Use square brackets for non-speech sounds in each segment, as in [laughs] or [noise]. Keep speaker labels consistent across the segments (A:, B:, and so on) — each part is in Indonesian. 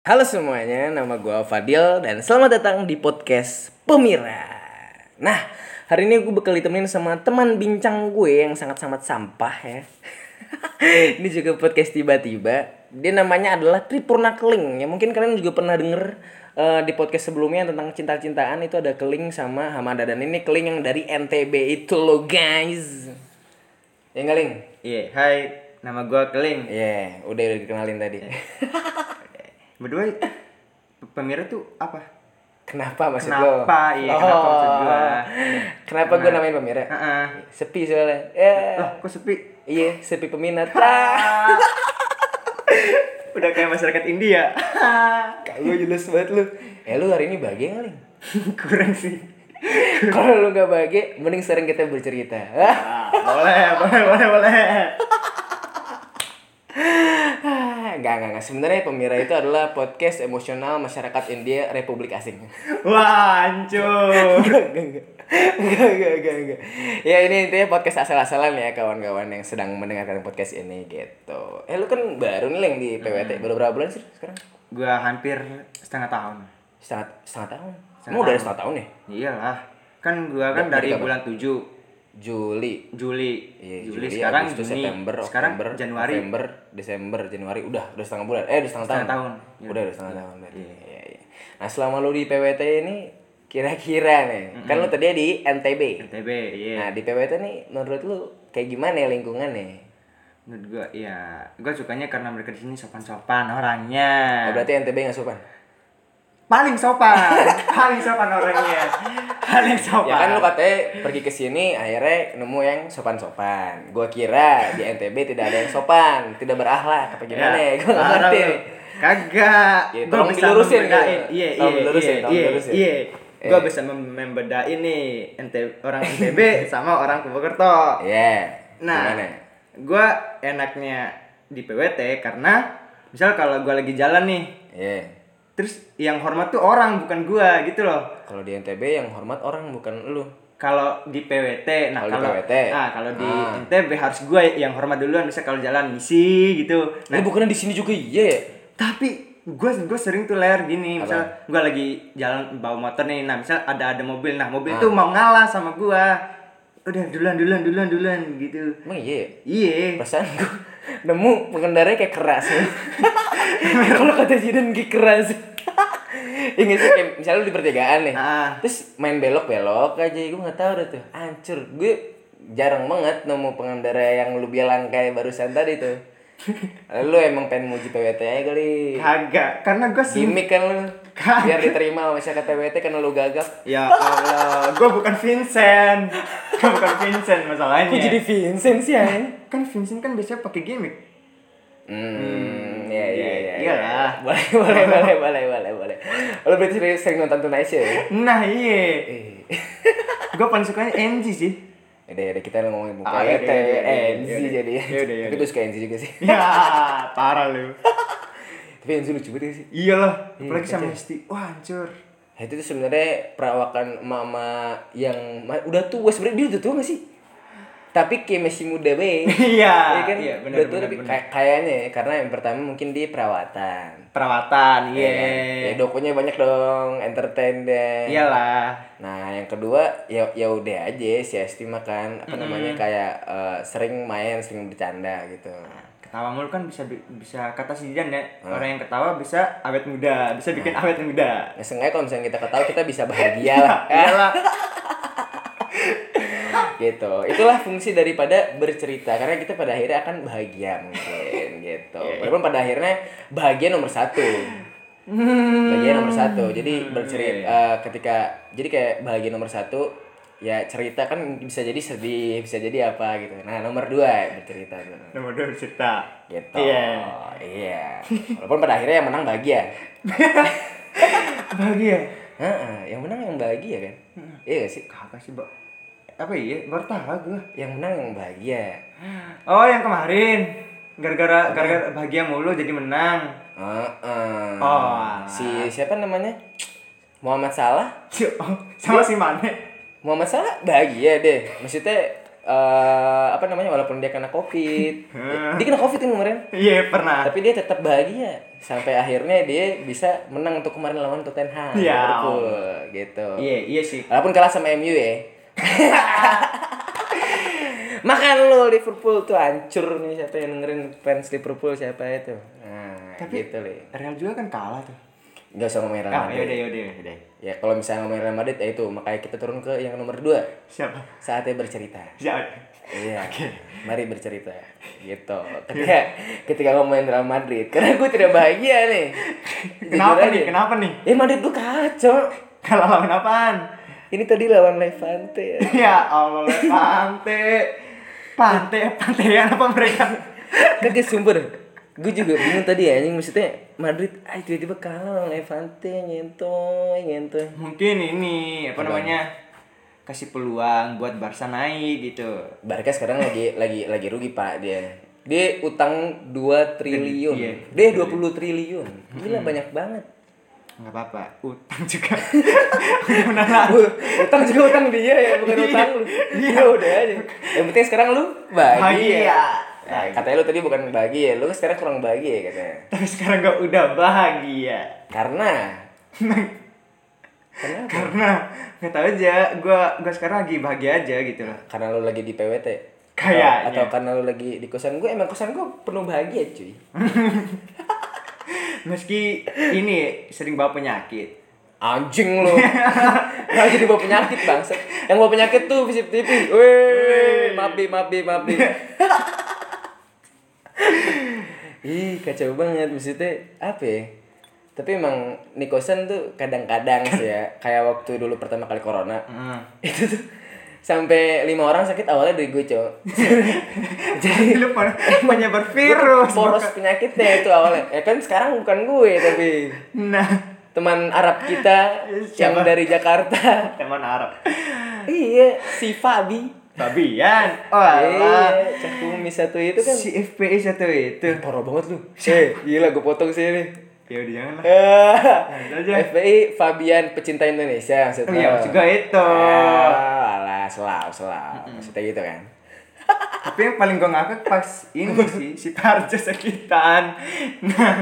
A: Halo semuanya, nama gua Fadil dan selamat datang di podcast Pemira. Nah, hari ini gue bakal ditemenin sama teman bincang gue yang sangat-sangat sampah ya. [laughs] ini juga podcast tiba-tiba. Dia namanya adalah Tripurna Keling. Ya mungkin kalian juga pernah denger eh, di podcast sebelumnya tentang cinta-cintaan itu ada Keling sama Hamada dan ini Keling yang dari NTB itu loh guys. Ya nggak, Ling?
B: Iya, hai, nama gua Keling.
A: Ya, udah udah dikenalin tadi.
B: Berdua pe- pemirsa tuh apa?
A: Kenapa maksud lo? Oh.
B: Kenapa? Iya, kenapa maksud gua? Nah.
A: Kenapa gue namain pemirsa?
B: Heeh.
A: Sepi soalnya. Eh,
B: Lah, kok sepi?
A: iya, sepi peminat.
B: [laughs]
A: Ah,
B: Udah kayak masyarakat India. [laughs]
A: Kalau jelas banget lu. Eh lu hari ini bahagia nggak, Ling? [laughs]
B: Kurang sih.
A: Kalau lu nggak bahagia, mending sekarang kita bercerita. [laughs] Ah,
B: Ah, boleh, boleh, boleh, boleh.
A: Nggak, nggak, nggak. Sebenarnya pemirsa itu adalah podcast emosional masyarakat India Republik Asing. [laughs]
B: Wah, hancur.
A: Enggak, enggak, enggak. Enggak, enggak, enggak, enggak. Ya ini intinya podcast asal-asalan ya kawan-kawan yang sedang mendengarkan podcast ini gitu. Eh lu kan baru nih Leng, di
B: Hmm.
A: PWT. Baru berapa bulan sih sekarang?
B: Gua hampir setengah tahun.
A: Setengah, setengah tahun. Emang udah ada setengah tahun ya?
B: Iyalah. Kan gua kan dari bulan 7
A: Juli.
B: Juli.
A: Iya,
B: Juli, sekarang
A: Agustus,
B: Juni.
A: September,
B: sekarang
A: Oktober,
B: Januari.
A: November, Desember, Januari, udah udah setengah bulan. Eh, udah setengah,
B: Setengah
A: tahun.
B: tahun. Iya.
A: Udah udah setengah tahun berarti. Iya, iya. Nah, selama lu di PWT ini kira-kira nih, kan lu tadi di NTB.
B: NTB, iya.
A: Nah, di PWT nih menurut lu kayak gimana ya lingkungannya?
B: Nah. Menurut gua, ya, gua sukanya karena mereka di sini sopan-sopan orangnya.
A: Oh, berarti NTB nggak sopan.
B: paling sopan paling sopan orangnya paling sopan
A: Ya kan lu katanya pergi ke sini akhirnya nemu yang sopan-sopan. Gua kira di NTB tidak ada yang sopan, tidak berakhlak apa gimana ya? Gua nggak
B: Iya. parah
A: ngerti.
B: lu. kagak
A: Ya,
B: Gua
A: tolong
B: bisa
A: dilurusin
B: membedain
A: gitu.
B: iya
A: Tolong
B: iya
A: dilurusin,
B: iya
A: tolong
B: iya
A: dilurusin.
B: iya
A: Eh.
B: gue bisa mem- membedain nih NT, orang NTB sama orang Purwokerto
A: Iya.
B: nah
A: Gimana?
B: gue enaknya di PWT karena misal kalau gue lagi jalan nih
A: Iya.
B: terus yang hormat tuh orang bukan gua gitu loh
A: Kalau di NTB yang hormat orang bukan lu.
B: Nah. kalau di PWT nah
A: Kalau di
B: kalau
A: PWT.
B: ah kalau di
A: Ah.
B: NTB harus gue yang hormat duluan bisa kalau jalan misi gitu nah
A: Ini bukannya di sini juga iya ya?
B: tapi gue gue sering tuh ler gini misal gue lagi jalan bawa motor nih nah misal ada ada mobil nah mobil
A: Ah.
B: tuh mau ngalah sama gue udah duluan duluan duluan duluan gitu
A: Emang iya ya?
B: iya
A: Perasaan gue [laughs] nemu pengendaranya kayak
B: [laughs]
A: keras ya. Kalau kata Jidan kayak keras. [laughs] Ingat sih kayak misalnya lu di pertigaan nih.
B: Ah.
A: Terus main belok-belok aja gue nggak tahu dah tuh. Hancur. Gue jarang banget nemu pengendara yang lu bilang kayak barusan tadi
B: [laughs]
A: tuh. lu emang pengen muji PWT aja kali.
B: kagak karena gue sih
A: Gimik kan lu.
B: Kagak.
A: Biar diterima sama masyarakat PWT karena kan lu gagap.
B: ya Allah gue bukan Vincent [laughs] gue bukan Vincent masalahnya
A: Kok jadi Vincent sih anjing?
B: kan Vincent kan biasanya pakai gimmick
A: Hmm, ya ya ya.
B: Iya lah.
A: Boleh [laughs] boleh boleh boleh boleh boleh. Lo berarti sering, sering nonton Tonight Show ya?
B: nah iya gue paling sukanya NG sih
A: Udah, udah kita ngomongin buka
B: Ah,
A: ya,
B: iya, iya, iya, iya,
A: NZ
B: iya, iya.
A: jadi.
B: Iya, iya, iya.
A: Tapi gue suka NZ juga sih. [laughs]
B: ya parah lu
A: Tapi NZ lucu banget sih.
B: iyalah apalagi sama Hesti wah hancur
A: Nah, itu tuh sebenarnya perawakan mama yang ma- udah tua sebenarnya dia udah tua gak sih? Tapi kayak masih muda
B: [laughs]
A: be. Iya
B: Iya,
A: kan?
B: iya, benar,
A: udah tua
B: benar,
A: tapi
B: benar.
A: kay- kayaknya ya, karena yang pertama mungkin dia perawatan.
B: perawatan iya Iya.
A: Iya kan? Ya dokunya banyak dong, entertain deh.
B: iyalah
A: Nah, yang kedua ya ya udah aja si Esti makan apa namanya kayak eh, sering main, sering bercanda gitu.
B: ketawa mulu kan bisa bi- bisa kata si Didan ya orang yang ketawa bisa awet muda bisa bikin awet muda
A: Nah, seenggaknya kalau misalnya kita ketawa kita bisa bahagia lah.
B: [laughs]
A: kan, [laughs]
B: iyalah
A: gitu. Itulah fungsi daripada bercerita karena kita pada akhirnya akan bahagia mungkin gitu. Walaupun pada akhirnya bahagia nomor satu. Bahagia nomor satu. Jadi bercerita
B: Iya,
A: eh, ketika jadi kayak bahagia nomor satu ya cerita kan bisa jadi sedih, bisa jadi apa gitu. Nah nomor dua bercerita. tuh.
B: nomor dua bercerita
A: gitu
B: Iya.
A: iya walaupun pada akhirnya yang menang bahagia
B: bahagia
A: Heeh, yang menang yang bahagia kan iya gak sih
B: kagak sih Ba. apa iya baru tahu gue
A: yang menang yang bahagia
B: oh yang kemarin gara-gara gara-gara bahagia mulu jadi menang [laughs]
A: Heeh.
B: Oh.
A: si siapa namanya Muhammad Salah Iya.
B: Si- oh, sama si Mane
A: Muhammad Salah bahagia deh maksudnya eh, apa namanya walaupun dia kena covid dia kena covid kan kemarin
B: Iya pernah.
A: tapi dia tetap bahagia sampai akhirnya dia bisa menang untuk kemarin lawan Tottenham
B: Ya.
A: Liverpool gitu
B: Iya iya sih.
A: walaupun kalah sama MU ya [laughs] makan lo Liverpool tuh hancur nih siapa yang dengerin fans Liverpool siapa itu nah
B: Tapi-
A: gitu li
B: Real juga kan kalah tuh.
A: nggak usah ngomongin Real
B: Ah
A: Madrid
B: yaudah yaudah yaudah.
A: ya kalau misalnya ngomongin Real Madrid ya itu makanya kita turun ke yang nomor dua
B: [laughs] Siapa?
A: saatnya bercerita
B: Siapa?
A: Iya. Mari bercerita. Gitu.
B: Iya.
A: Ketika ketika ngomongin Real Madrid, karena gue tidak bahagia nih. Jujur
B: Kenapa
A: aja.
B: nih? Kenapa nih?
A: Eh Madrid gue kacau.
B: Kalah lawan [laughs] apaan?
A: Ini tadi lawan Levante.
B: Ya Allah, pante. Pante, pantean apa mereka?
A: Kagak Kan sumber. Gue juga bingung tadi ya, anjing maksudnya Madrid ah tiba-tiba kalah lawan Levante nyentoy nyentoy.
B: Mungkin ini apa namanya? Kasih peluang buat Barca naik gitu.
A: Barca sekarang lagi lagi lagi rugi Pak dia. Dia utang 2 triliun.
B: Iya. Hmm.
A: Dia 20 triliun. Gila banyak banget.
B: Enggak apa-apa, utang juga. [laughs] Udah menang.
A: utang juga utang dia ya bukan utang lu iya udah aja yang penting sekarang lu bahagia
B: Bahagia.
A: Nah, katanya lu tadi bukan bahagia lu sekarang kurang bahagia ya, katanya
B: Tapi sekarang gak udah bahagia.
A: karena
B: karena nggak tahu aja gua gua sekarang lagi bahagia aja gitu loh
A: karena lu lagi di PWT
B: Kayaknya.
A: atau karena lu lagi di kosan gue emang kosan gue penuh bahagia cuy
B: meski ini sering bawa penyakit
A: anjing lu Nah, jadi bawa penyakit bangset yang bawa penyakit tuh visip TV weh maaf Bi, maaf Bi, maaf Bi. ih kacau banget maksudnya apa ya tapi emang Nikosan tuh kadang-kadang sih ya kayak waktu dulu pertama kali corona
B: Heeh.
A: itu tuh sampai lima orang sakit awalnya dari gue cowok
B: jadi [laughs] lu pen- penyebar virus
A: poros penyakitnya itu awalnya ya kan sekarang bukan gue tapi
B: nah
A: teman Arab kita yang
B: Iya, Siapa?
A: dari Jakarta
B: [laughs] teman Arab
A: iya si Fabi
B: babian oh
A: iya
B: alah.
A: cah kumis satu itu kan
B: Eh, si FPI satu itu
A: parah banget lu [laughs] eh gila gue potong sih ini
B: ya udah jangan lah
A: Eh,
B: Nah, aja.
A: FPI Fabian pecinta Indonesia
B: oh,
A: maksudnya Ah,
B: ya juga itu
A: alah selau selau maksudnya gitu kan
B: tapi yang paling gua ngakak pas ini sih si Tarjo sakitan nah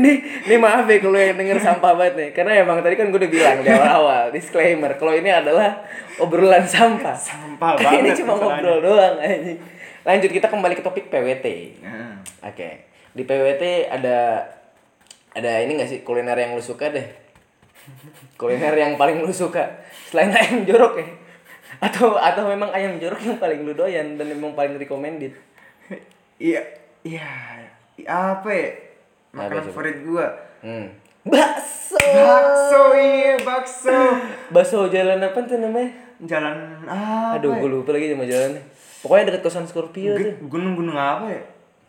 A: ini ini maaf ya kalau yang denger sampah banget nih karena emang tadi kan gue udah bilang di awal-awal disclaimer kalau ini adalah obrolan sampah
B: Sampah
A: Karena ini
B: banget
A: cuma
B: masalahnya.
A: ngobrol doang anjing lanjut kita kembali ke topik PWT
B: Nah.
A: Oke, di PWT ada ada ini gak sih kuliner yang lu suka deh? Kuliner yang paling lu suka selain ayam jorok ya? Atau atau memang ayam jorok yang paling lu doyan dan memang paling recommended?
B: Iya, iya. Apa ya? Makanan
A: Apa coba?
B: favorit gua.
A: Hmm. Bakso.
B: Bakso, iya bakso.
A: Bakso jalan apa tuh namanya?
B: Jalan ah, apa? ya?
A: Aduh, gue lupa lagi sama jalannya. Pokoknya dekat kosan Scorpio tuh.
B: Gunung-gunung apa ya?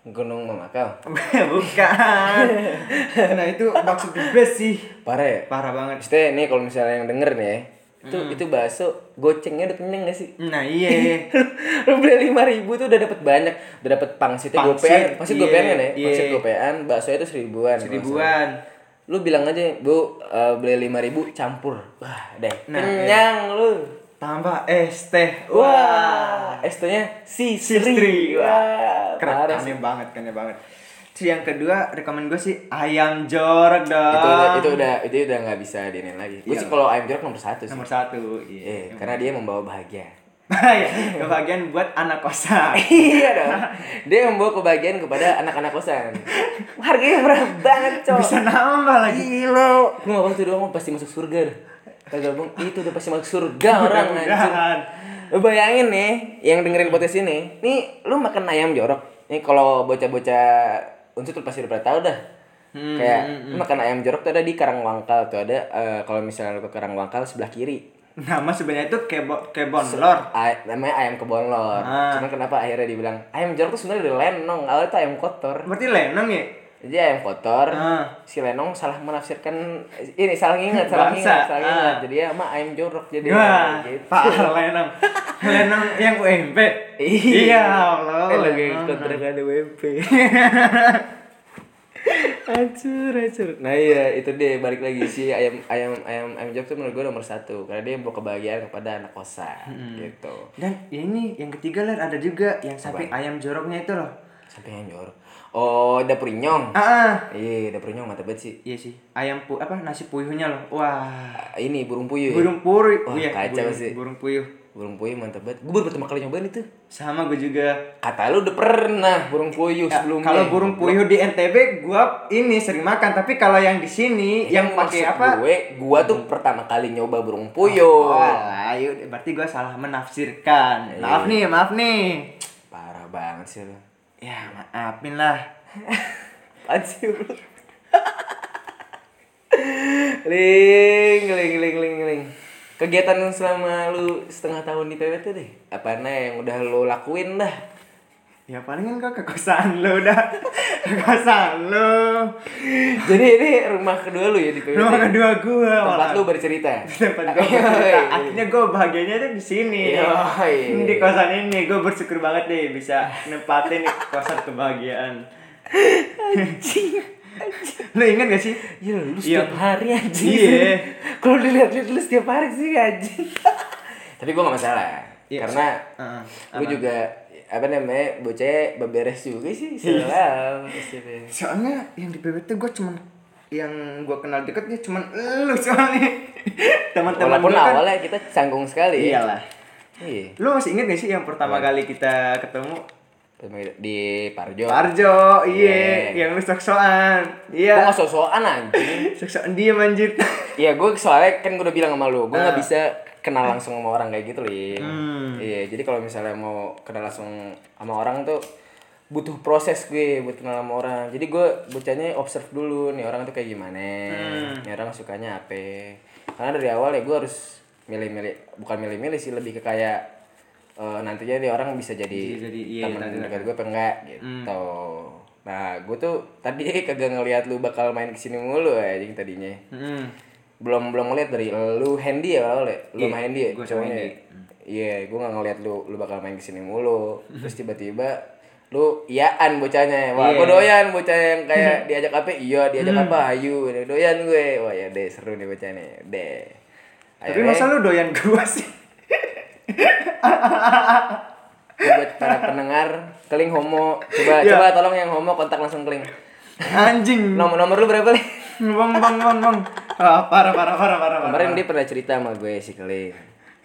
A: Gunung Memakau. [laughs]
B: Bukan. [laughs] nah itu bakso the best sih.
A: Parah ya?
B: Parah banget.
A: Maksudnya nih kalau misalnya yang denger nih ya, itu
B: Hmm.
A: itu bakso gocengnya udah kenyang gak sih? [laughs]
B: Nah iya. [laughs]
A: lu, lu beli lima ribu tuh udah dapat banyak udah dapat pangsitnya
B: Pangsit,
A: gopean pangsit
B: iya,
A: gopean kan ya
B: iya.
A: pangsit gopean baksonya itu seribuan kalau nggak
B: Seribuan.
A: salah. lu bilang aja bu eh, beli lima ribu campur wah deh
B: Nah,
A: kenyang lu
B: Tambah es teh.
A: wah nya si
B: Sisri.
A: Sri wah
B: Wah. Keren.
A: parah sih.
B: Keren banget, keren banget. Terus yang kedua, rekomen gue sih ayam jorok dong.
A: itu udah itu udah itu udah nggak bisa dinin lagi gue sih kalau ayam jorok nomor satu sih
B: Nomor satu. Iya. [laughs]
A: eh, karena dia membawa bahagia [laughs]
B: Baik, kebahagiaan buat anak kosan.
A: iya dong dia membawa kebahagiaan kepada anak-anak kosan harganya murah banget cowok
B: Bisa nambah lagi.
A: Gila. Lu ngomong itu doang pasti masuk surga dah. Kagak bang, itu udah pasti masuk surga orang anjir.
B: Mudah-mudahan.
A: Lu bayangin nih, yang dengerin podcast ini, nih lu makan ayam jorok. Nih kalau bocah-bocah unsur tuh pasti udah pernah tahu dah. Kayak lu makan ayam jorok tuh ada di Karangwangkal tuh ada eh, kalau misalnya lu ke Karangwangkal sebelah kiri.
B: Nama Nah, sebenarnya itu kebo kebon lor.
A: Ay- namanya ayam kebonlor.
B: Ah.
A: Cuman kenapa akhirnya dibilang ayam jorok tuh sebenarnya dari lenong, awalnya tuh ayam kotor.
B: Berarti lenong ya?
A: Jadi ayam kotor,
B: Ah.
A: si Lenong salah menafsirkan ini salah ngingat, salah
B: Bangsa.
A: ngingat, salah ngingat.
B: Ah.
A: Jadi ya mak ayam jorok jadi
B: Wah,
A: gitu.
B: Pak lenong. Iya. [laughs] lenong yang UMP.
A: Iya.
B: Iya, Allah.
A: Eh lagi
B: [laughs] lenong.
A: kontrakan ada WP. acur acur nah iya itu deh balik lagi si ayam ayam ayam ayam Jack tuh menurut gue nomor satu karena dia membawa kebahagiaan kepada anak kosan
B: Hmm.
A: gitu
B: Dan ya ini yang ketiga ler ada juga yang samping ayam joroknya itu loh.
A: sampai yang jorok oh dapur nyong
B: Ah, ah.
A: iya dapur nyong mantep banget sih
B: iya sih. Ayam pu apa nasi puyuhnya loh. Wah.
A: Ah, ini burung puyuh ya?
B: Burung puyuh.
A: Wah,
B: Iya,
A: kacau
B: burung-
A: sih.
B: Burung puyuh.
A: burung puyuh mantep banget gue baru pertama kali nyobain itu
B: Sama gue juga.
A: kata lu udah pernah burung puyuh sebelumnya
B: Eh, Ya, Kalau burung puyuh di NTB gua ini sering makan, tapi kalau yang di sini yang pakai
A: maksud
B: apa? Hmm. Oh,
A: gue gue tuh pertama kali nyoba burung puyuh
B: Walah, yuk, berarti gua salah menafsirkan. Maaf nih, maaf nih.
A: parah banget sih lu
B: Ya, maafin lah.
A: Apaan sih lu? [laughs] ling, ling, ling, ling, ling. Kegiatan yang selama lu setengah tahun di PW tuh deh. Apa nih yang udah lu lakuin dah? [laughs]
B: Ya palingan gua ke kosan lu [laughs] udah. Ke kosan lu.
A: Jadi ini rumah kedua lu ya di PW.
B: Rumah kedua gua.
A: Tempat
B: malah.
A: lu bercerita. [laughs]
B: [laughs]
A: Iya,
B: tempat gua bercerita. Akhirnya gua bahagianya tuh di sini.
A: Yoi.
B: Di kosan ini gua bersyukur banget deh bisa nempatin di kosan kebahagiaan. [laughs] Lu ingat gak sih?
A: Iya lu
B: Iya.
A: setiap hari anjing.
B: Iya.
A: [laughs] Kalau dilihat-lihat lu setiap hari sih anjing. [laughs] Tapi gua gak masalah.
B: Iya,
A: Karena
B: Heeh.
A: lu juga apa namanya bocah beberes juga sih selalu Iya.
B: soalnya yang di PBT gue cuman yang gue kenal deket ya cuman lu soalnya [laughs] teman-teman
A: Walaupun
B: gua kan-
A: awalnya kita canggung sekali ya.
B: iyalah
A: Iya.
B: lu masih inget gak sih yang pertama kali kita ketemu
A: Di Parjo.
B: Parjo iya
A: Iya.
B: yang lu sok-sokan
A: Gue
B: iya
A: nggak sok-sokan anjing.
B: sok-sokan diem anjir
A: Iya, gue soalnya kan gue udah bilang sama lu, gue
B: Ah.
A: nggak bisa kenal langsung sama orang kayak gitu, Lin.
B: Hmm.
A: Iya, jadi kalau misalnya mau kenal langsung sama orang tuh butuh proses gue buat kenal sama orang. Jadi gue bocahnya observe dulu nih orang tuh kayak gimana,
B: Hmm.
A: nih orang sukanya apa. Karena dari awal ya gue harus milih-milih, bukan milih-milih sih lebih ke kayak eh, nantinya dia orang bisa jadi,
B: Bisa jadi, iya, Hmm.
A: teman
B: nanti-
A: dekat gue apa enggak gitu. Nah, gue tuh tadi [laughs] kagak ngelihat lu bakal main kesini mulu anjing tadinya
B: hmm.
A: belum belum ngeliat dari lu handy ya awal ya lu sama handy ya
B: Iya, gua sama
A: cowoknya
B: Handy.
A: ya? iya gue nggak ngeliat lu lu bakal main kesini mulu terus tiba-tiba lu iyaan bocahnya wah
B: Iya.
A: gue doyan bocah yang
B: [laughs]
A: kayak diajak apa iya diajak
B: Hmm.
A: apa ayu doyan gue wah ya deh seru nih bocahnya deh
B: tapi masa lu doyan gue sih
A: buat para pendengar keling homo coba
B: Iya.
A: coba tolong yang homo kontak langsung keling
B: anjing
A: nomor nomor lu berapa nih
B: bang bang bang bang Ah, parah parah parah parah parah
A: kemarin dia pernah cerita sama gue si keling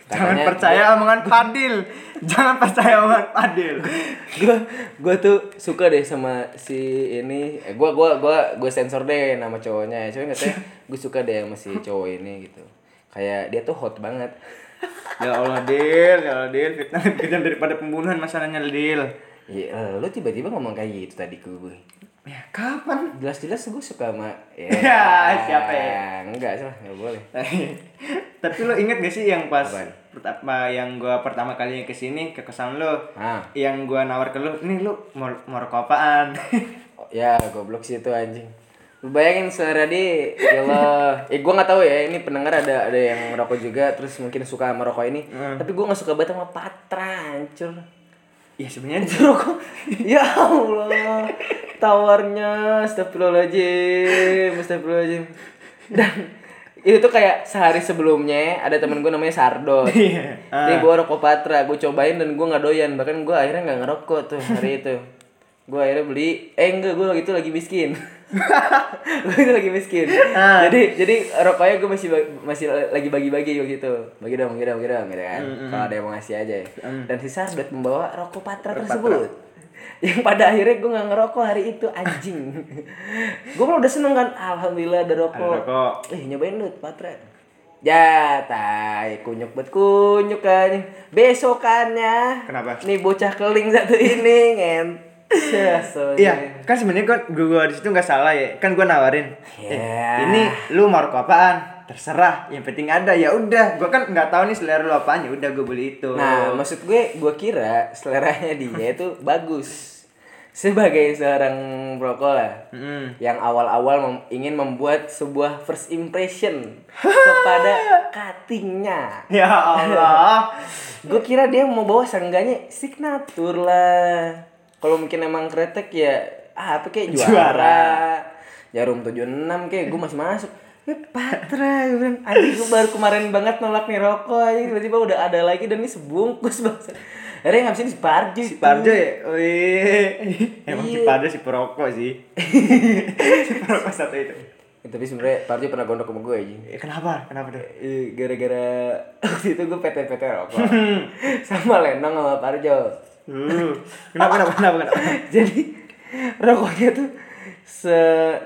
B: jangan
A: Katanya-
B: percaya omongan Padil jangan percaya omongan Padil
A: gue gue tuh suka deh sama si ini eh, gue gua gua gue sensor deh nama cowoknya cuma
B: [laughs]
A: katanya gue suka deh sama si cowok ini gitu kayak dia tuh hot banget
B: ya Allah Dil, ya Allah Dil, fitnah lebih kejam daripada pembunuhan masalahnya Dil.
A: Iya, lu tiba-tiba ngomong kayak gitu tadi ke gue.
B: Ya kapan?
A: Jelas-jelas gue suka sama ya,
B: [laughs]
A: Nah,
B: Ya, siapa ya?
A: Enggak sih, lah, enggak boleh.
B: Tapi lo inget gak sih yang pas
A: Apaan?
B: pertama yang gua pertama kali kesini ke kosan lo,
A: Ah.
B: yang gua nawar ke lo, nih lo mau mau rokok apaan? [laughs]
A: Oh, ya, goblok sih itu anjing. Lu bayangin suara dia, ya Allah. Eh, gue nggak tahu ya. Ini pendengar ada ada yang merokok juga, terus mungkin suka sama rokok ini.
B: Hmm.
A: Tapi gue nggak suka banget sama patra, hancur.
B: ya sebenarnya
A: Itu rokok. [laughs] ya Allah. Tawarnya astagfirullahaladzim, astagfirullahaladzim. Dan itu tuh kayak sehari sebelumnya ada temen gue namanya Sardot.
B: Iya.
A: Dia bawa rokok Patra, gue cobain dan gue nggak doyan. Bahkan gue akhirnya nggak ngerokok tuh hari itu. Gue akhirnya beli, eh enggak, gue itu lagi [laughs] miskin. gue itu lagi miskin. Jadi jadi rokoknya gue masih ba- masih lagi bagi-bagi gitu. Bagi dong, bagi dong, bagi dong gitu kan. Kalau ada yang mau ngasih aja. ya. Dan si Sardot membawa rokok Patra tersebut. Yang pada akhirnya gue nggak ngerokok hari itu [laughs] anjing. gue malah udah seneng kan, alhamdulillah ada rokok.
B: rokok.
A: Eh nyobain lu patra. Ya, tai kunyuk buat kunyuk kan. Besokannya.
B: Kenapa?
A: Nih bocah keling satu ini ngen. Sesonya.
B: Iya, kan sebenarnya kan gua, gua di situ nggak salah ya, kan gua nawarin. Eh,
A: Ya.
B: ini lu mau rokok apaan? Terserah, yang penting ada ya udah. Gua kan nggak tahu nih selera lu apaan, ya udah gua beli itu.
A: Nah, maksud gue, gue kira seleranya dia itu bagus. Sebagai seorang perokok lah,
B: Mm.
A: yang awal-awal mem- ingin membuat sebuah first
B: [laughs]
A: impression kepada cuttingnya.
B: Ya Allah.
A: gue kira dia mau bawa seenggaknya signatur lah kalau mungkin emang kretek ya ah, apa kayak juara,
B: Juara.
A: jarum 76 kayak gue masih masuk Eh, Patra, gue bilang, anjing gue baru kemarin banget nolak nih rokok anjing tiba-tiba udah ada lagi dan ini sebungkus bangsa. Akhirnya ngabisin di Parjo.
B: Si Parjo ya? Wih. Emang si Parjo si perokok [laughs] sih. si perokok satu itu.
A: Ya, tapi sebenarnya Parjo pernah gondok sama gue anjing.
B: Eh, Kenapa? Kenapa tuh?
A: Eh, Gara-gara [laughs] waktu itu gue PT-PT
B: [laughs]
A: rokok sama Lenong sama Parjo.
B: Uh, kenapa, kenapa, kenapa, [laughs] kenapa?
A: [laughs] Jadi rokoknya tuh se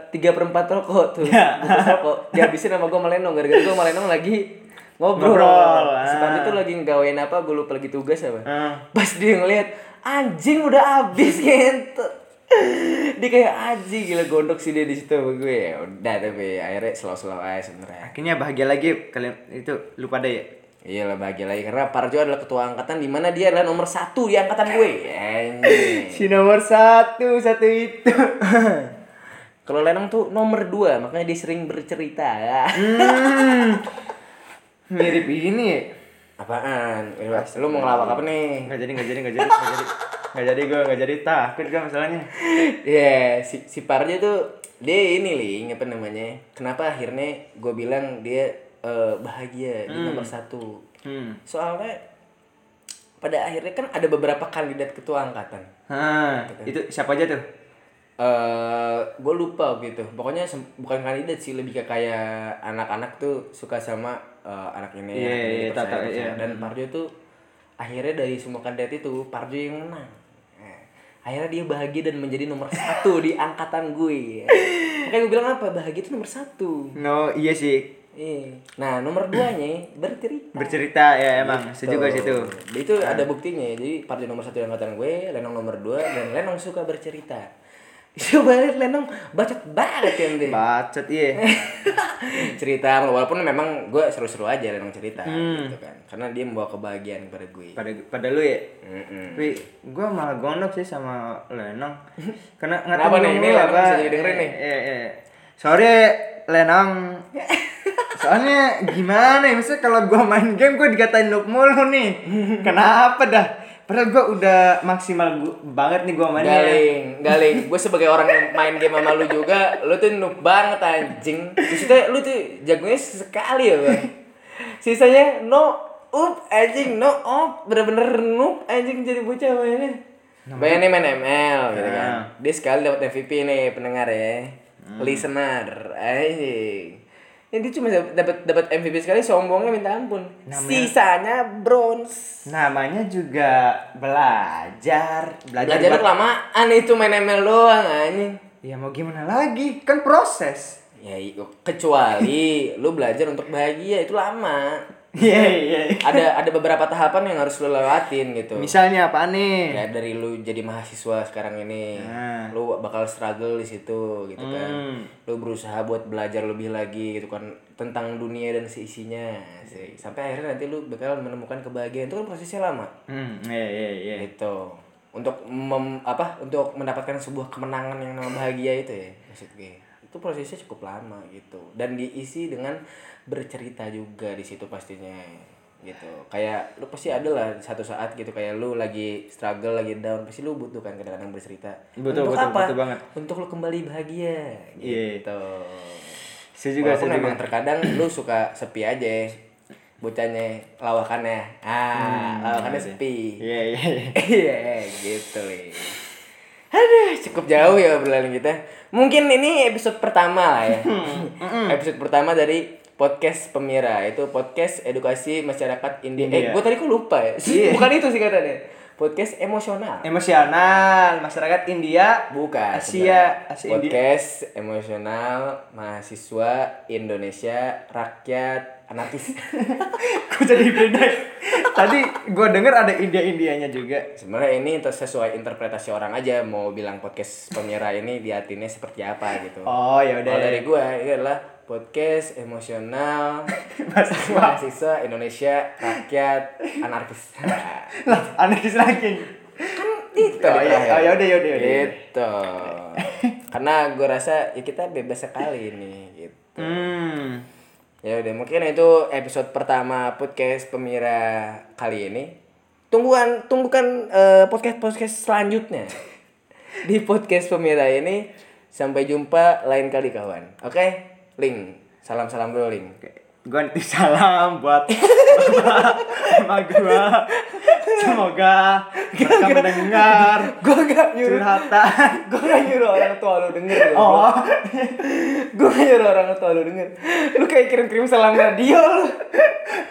A: tiga perempat rokok tuh
B: Ya.
A: bungkus rokok dihabisin sama gue melenong gara-gara gue melenong lagi ngobrol,
B: Ngobrol,
A: si
B: ah.
A: Pandu tuh lagi nggawain apa gue lupa lagi tugas apa
B: Ah.
A: pas dia ngeliat anjing udah habis ngentot dia kayak anjing gila gondok sih dia di situ sama gue ya udah tapi akhirnya slow slow aja sebenernya
B: Akhirnya bahagia lagi kalian itu lu pada ya.
A: Iya lah bahagia lagi karena Parjo adalah ketua angkatan di mana dia adalah nomor satu di angkatan gue. Anjing.
B: Si nomor satu satu itu.
A: Kalau Lenong tuh nomor dua, makanya dia sering bercerita. Hmm.
B: Hmm. Mirip ini ya.
A: Apaan? Ini, Mas, Lu mau ngelawak apa [laughs] nih?
B: Nggak jadi, nggak jadi, nggak jadi, nggak jadi. Nggak jadi gue, nggak jadi takut gue masalahnya.
A: Ya, si, si Parjo tuh dia ini Ling, apa namanya? Kenapa akhirnya gue bilang dia eh, bahagia di nomor satu?
B: Hmm.
A: Soalnya pada akhirnya kan ada beberapa kandidat ketua angkatan.
B: Hah, itu siapa aja tuh?
A: eh gue lupa gitu pokoknya sem- bukan kandidat sih lebih ke kayak anak-anak tuh suka sama eh, anak ini anak ini,
B: Iya, iya,
A: percaya,
B: tau, tau,
A: percaya.
B: iya.
A: dan Parjo tuh akhirnya dari semua kandidat itu Parjo yang menang Eh, akhirnya dia bahagia dan menjadi
B: [laughs]
A: nomor satu di angkatan gue ya. makanya gue bilang apa bahagia itu nomor satu
B: No, iya sih.
A: Iya. nah nomor duanya bercerita
B: Bercerita ya emang, sejuga sih
A: Tuh.
B: tuh.
A: Itu ada buktinya. ya, Jadi Parjo nomor satu di angkatan gue, Lenong nomor dua, dan Lenong suka bercerita. [laughs] Coba lihat Lenong bacot banget ya Ndi.
B: Bacot iya.
A: [laughs] cerita walaupun memang gue seru-seru aja Lenong cerita gitu kan. Karena dia membawa kebahagiaan kepada gue.
B: Pada pada lu ya.
A: Mm-mm.
B: Tapi gue malah gondok sih sama Lenong. Karena nggak
A: Kenapa
B: tahu
A: nih? Ini
B: ngomong
A: Lenong bisa jadi dengerin nih.
B: Iya, iya. Sorry Lenong. Soalnya gimana ya? Maksudnya kalau gue main game gue dikatain noob mulu nih. Kenapa dah? Padahal gue udah maksimal gu- banget nih gue mainnya.
A: Galing, galing. Gue sebagai orang yang main game sama lu juga, lu tuh noob banget anjing. Maksudnya lu tuh jagonya sekali ya bang. Sisanya no up anjing, no up. Bener-bener noob anjing jadi bocah mainnya. Bayangin nih main ML gitu kan. Dia sekali dapat MVP nih pendengar ya. Listener anjing. Ini dia cuma dapat dapat MVP sekali sombongnya minta ampun. Sisanya bronze.
B: Namanya juga belajar. Belajar,
A: Belajar
B: buat-
A: kelamaan itu main ML doang anjing.
B: Ya mau gimana lagi? Kan proses.
A: Ya, i- kecuali lu belajar untuk bahagia itu lama.
B: Iya, iya.
A: Ada ada beberapa tahapan yang harus lu lewatin gitu.
B: Misalnya apa nih?
A: Kayak dari lu jadi mahasiswa sekarang ini,
B: Nah.
A: lu bakal struggle di situ gitu kan. Lu berusaha buat belajar lebih lagi gitu kan tentang dunia dan seisinya. sih. Sampai akhirnya nanti lu bakal menemukan kebahagiaan. Itu kan prosesnya lama.
B: Hmm, iya, iya, iya.
A: Gitu. Untuk mem- apa? Untuk mendapatkan sebuah kemenangan yang namanya bahagia itu ya maksud gue. Itu prosesnya cukup lama gitu dan diisi dengan bercerita juga di situ pastinya gitu. Kayak lu pasti ada lah satu saat gitu kayak lu lagi struggle, lagi down, pasti lu butuh kan kadang-kadang bercerita.
B: Betul,
A: Untuk
B: betul,
A: apa?
B: betul banget.
A: Untuk lu kembali bahagia
B: Iya.
A: gitu.
B: Saya
A: Juga
B: juga, saya
A: Walaupun
B: juga.
A: memang terkadang lu suka sepi aja bocahnya lawakannya ah
B: Eh,
A: lawakannya sepi
B: Hmm, Iya, iya, iya.
A: Iya gitu Li. Aduh cukup jauh ya obrolan kita Mungkin ini episode pertama lah ya
B: Hmm,
A: Episode pertama dari podcast Pemira Itu podcast edukasi masyarakat India Eh
B: India. Iya.
A: gue tadi kok lupa ya [laughs] Bukan itu sih katanya Podcast emosional
B: Emosional, masyarakat India.
A: Bukan sebenarnya.
B: Asia, Asia India.
A: Podcast emosional mahasiswa Indonesia rakyat anarkis
B: Gue jadi beda. ya? Tadi gue denger ada India-Indianya juga.
A: [laughs] sebenarnya ini ter- sesuai interpretasi orang aja mau bilang podcast Pemira ini diartinya seperti apa gitu
B: Oh, ya
A: Kalau
B: udah.
A: dari gue ini adalah podcast
B: [laughs]
A: emosional
B: Mahasiswa.
A: mahasiswa Indonesia rakyat
B: [laughs]
A: anarkis.
B: Gitu. Lah, anarkis lagi.
A: Gitu
B: Oh, iya.
A: terakhir.
B: Oh, yaudah, yaudah, yaudah.
A: Gitu. Karena gue rasa ya kita bebas sekali nih gitu.
B: Hmm.
A: Ya udah mungkin itu episode pertama podcast Pemira kali ini. Tungguan eh,
B: [laughs]
A: tunggukan podcast podcast selanjutnya. Di podcast Pemira ini Sampai jumpa lain kali kawan. Oke, Link. Salam-salam dulu, Link.
B: Gue nanti salam buat [laughs] sama gue. Semoga mereka mendengar
A: Gue gak nyuruh.
B: curhatan.
A: Gue gak nyuruh orang tua lu denger.
B: Oh,
A: Gue gak nyuruh orang tua lu denger. Lu kayak kirim-kirim salam radio lu.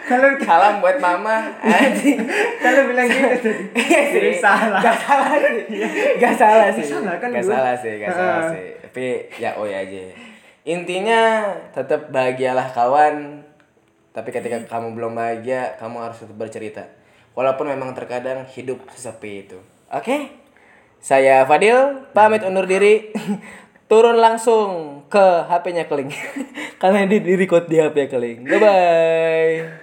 B: kalau
A: Salam buat mama. Anjing.
B: kalau bilang gitu tadi, jadi salah.
A: [laughs]
B: Iya.
A: Gak salah
B: [laughs]
A: sih. Gak salah sih.
B: Gak salah kan
A: Gak
B: gue.
A: salah sih, gak salah
B: Heeh.
A: sih. Tapi ya oh ya aja. Intinya tetap bahagialah kawan. Tapi
B: Iya.
A: ketika kamu belum bahagia, kamu harus tetap bercerita. Walaupun memang terkadang hidup sesepi itu. Oke? Saya Fadil, pamit undur diri. [laughs] Turun [laughs] langsung ke HP-nya Keling. Karena di, di record di HP-nya Keling. Bye-bye.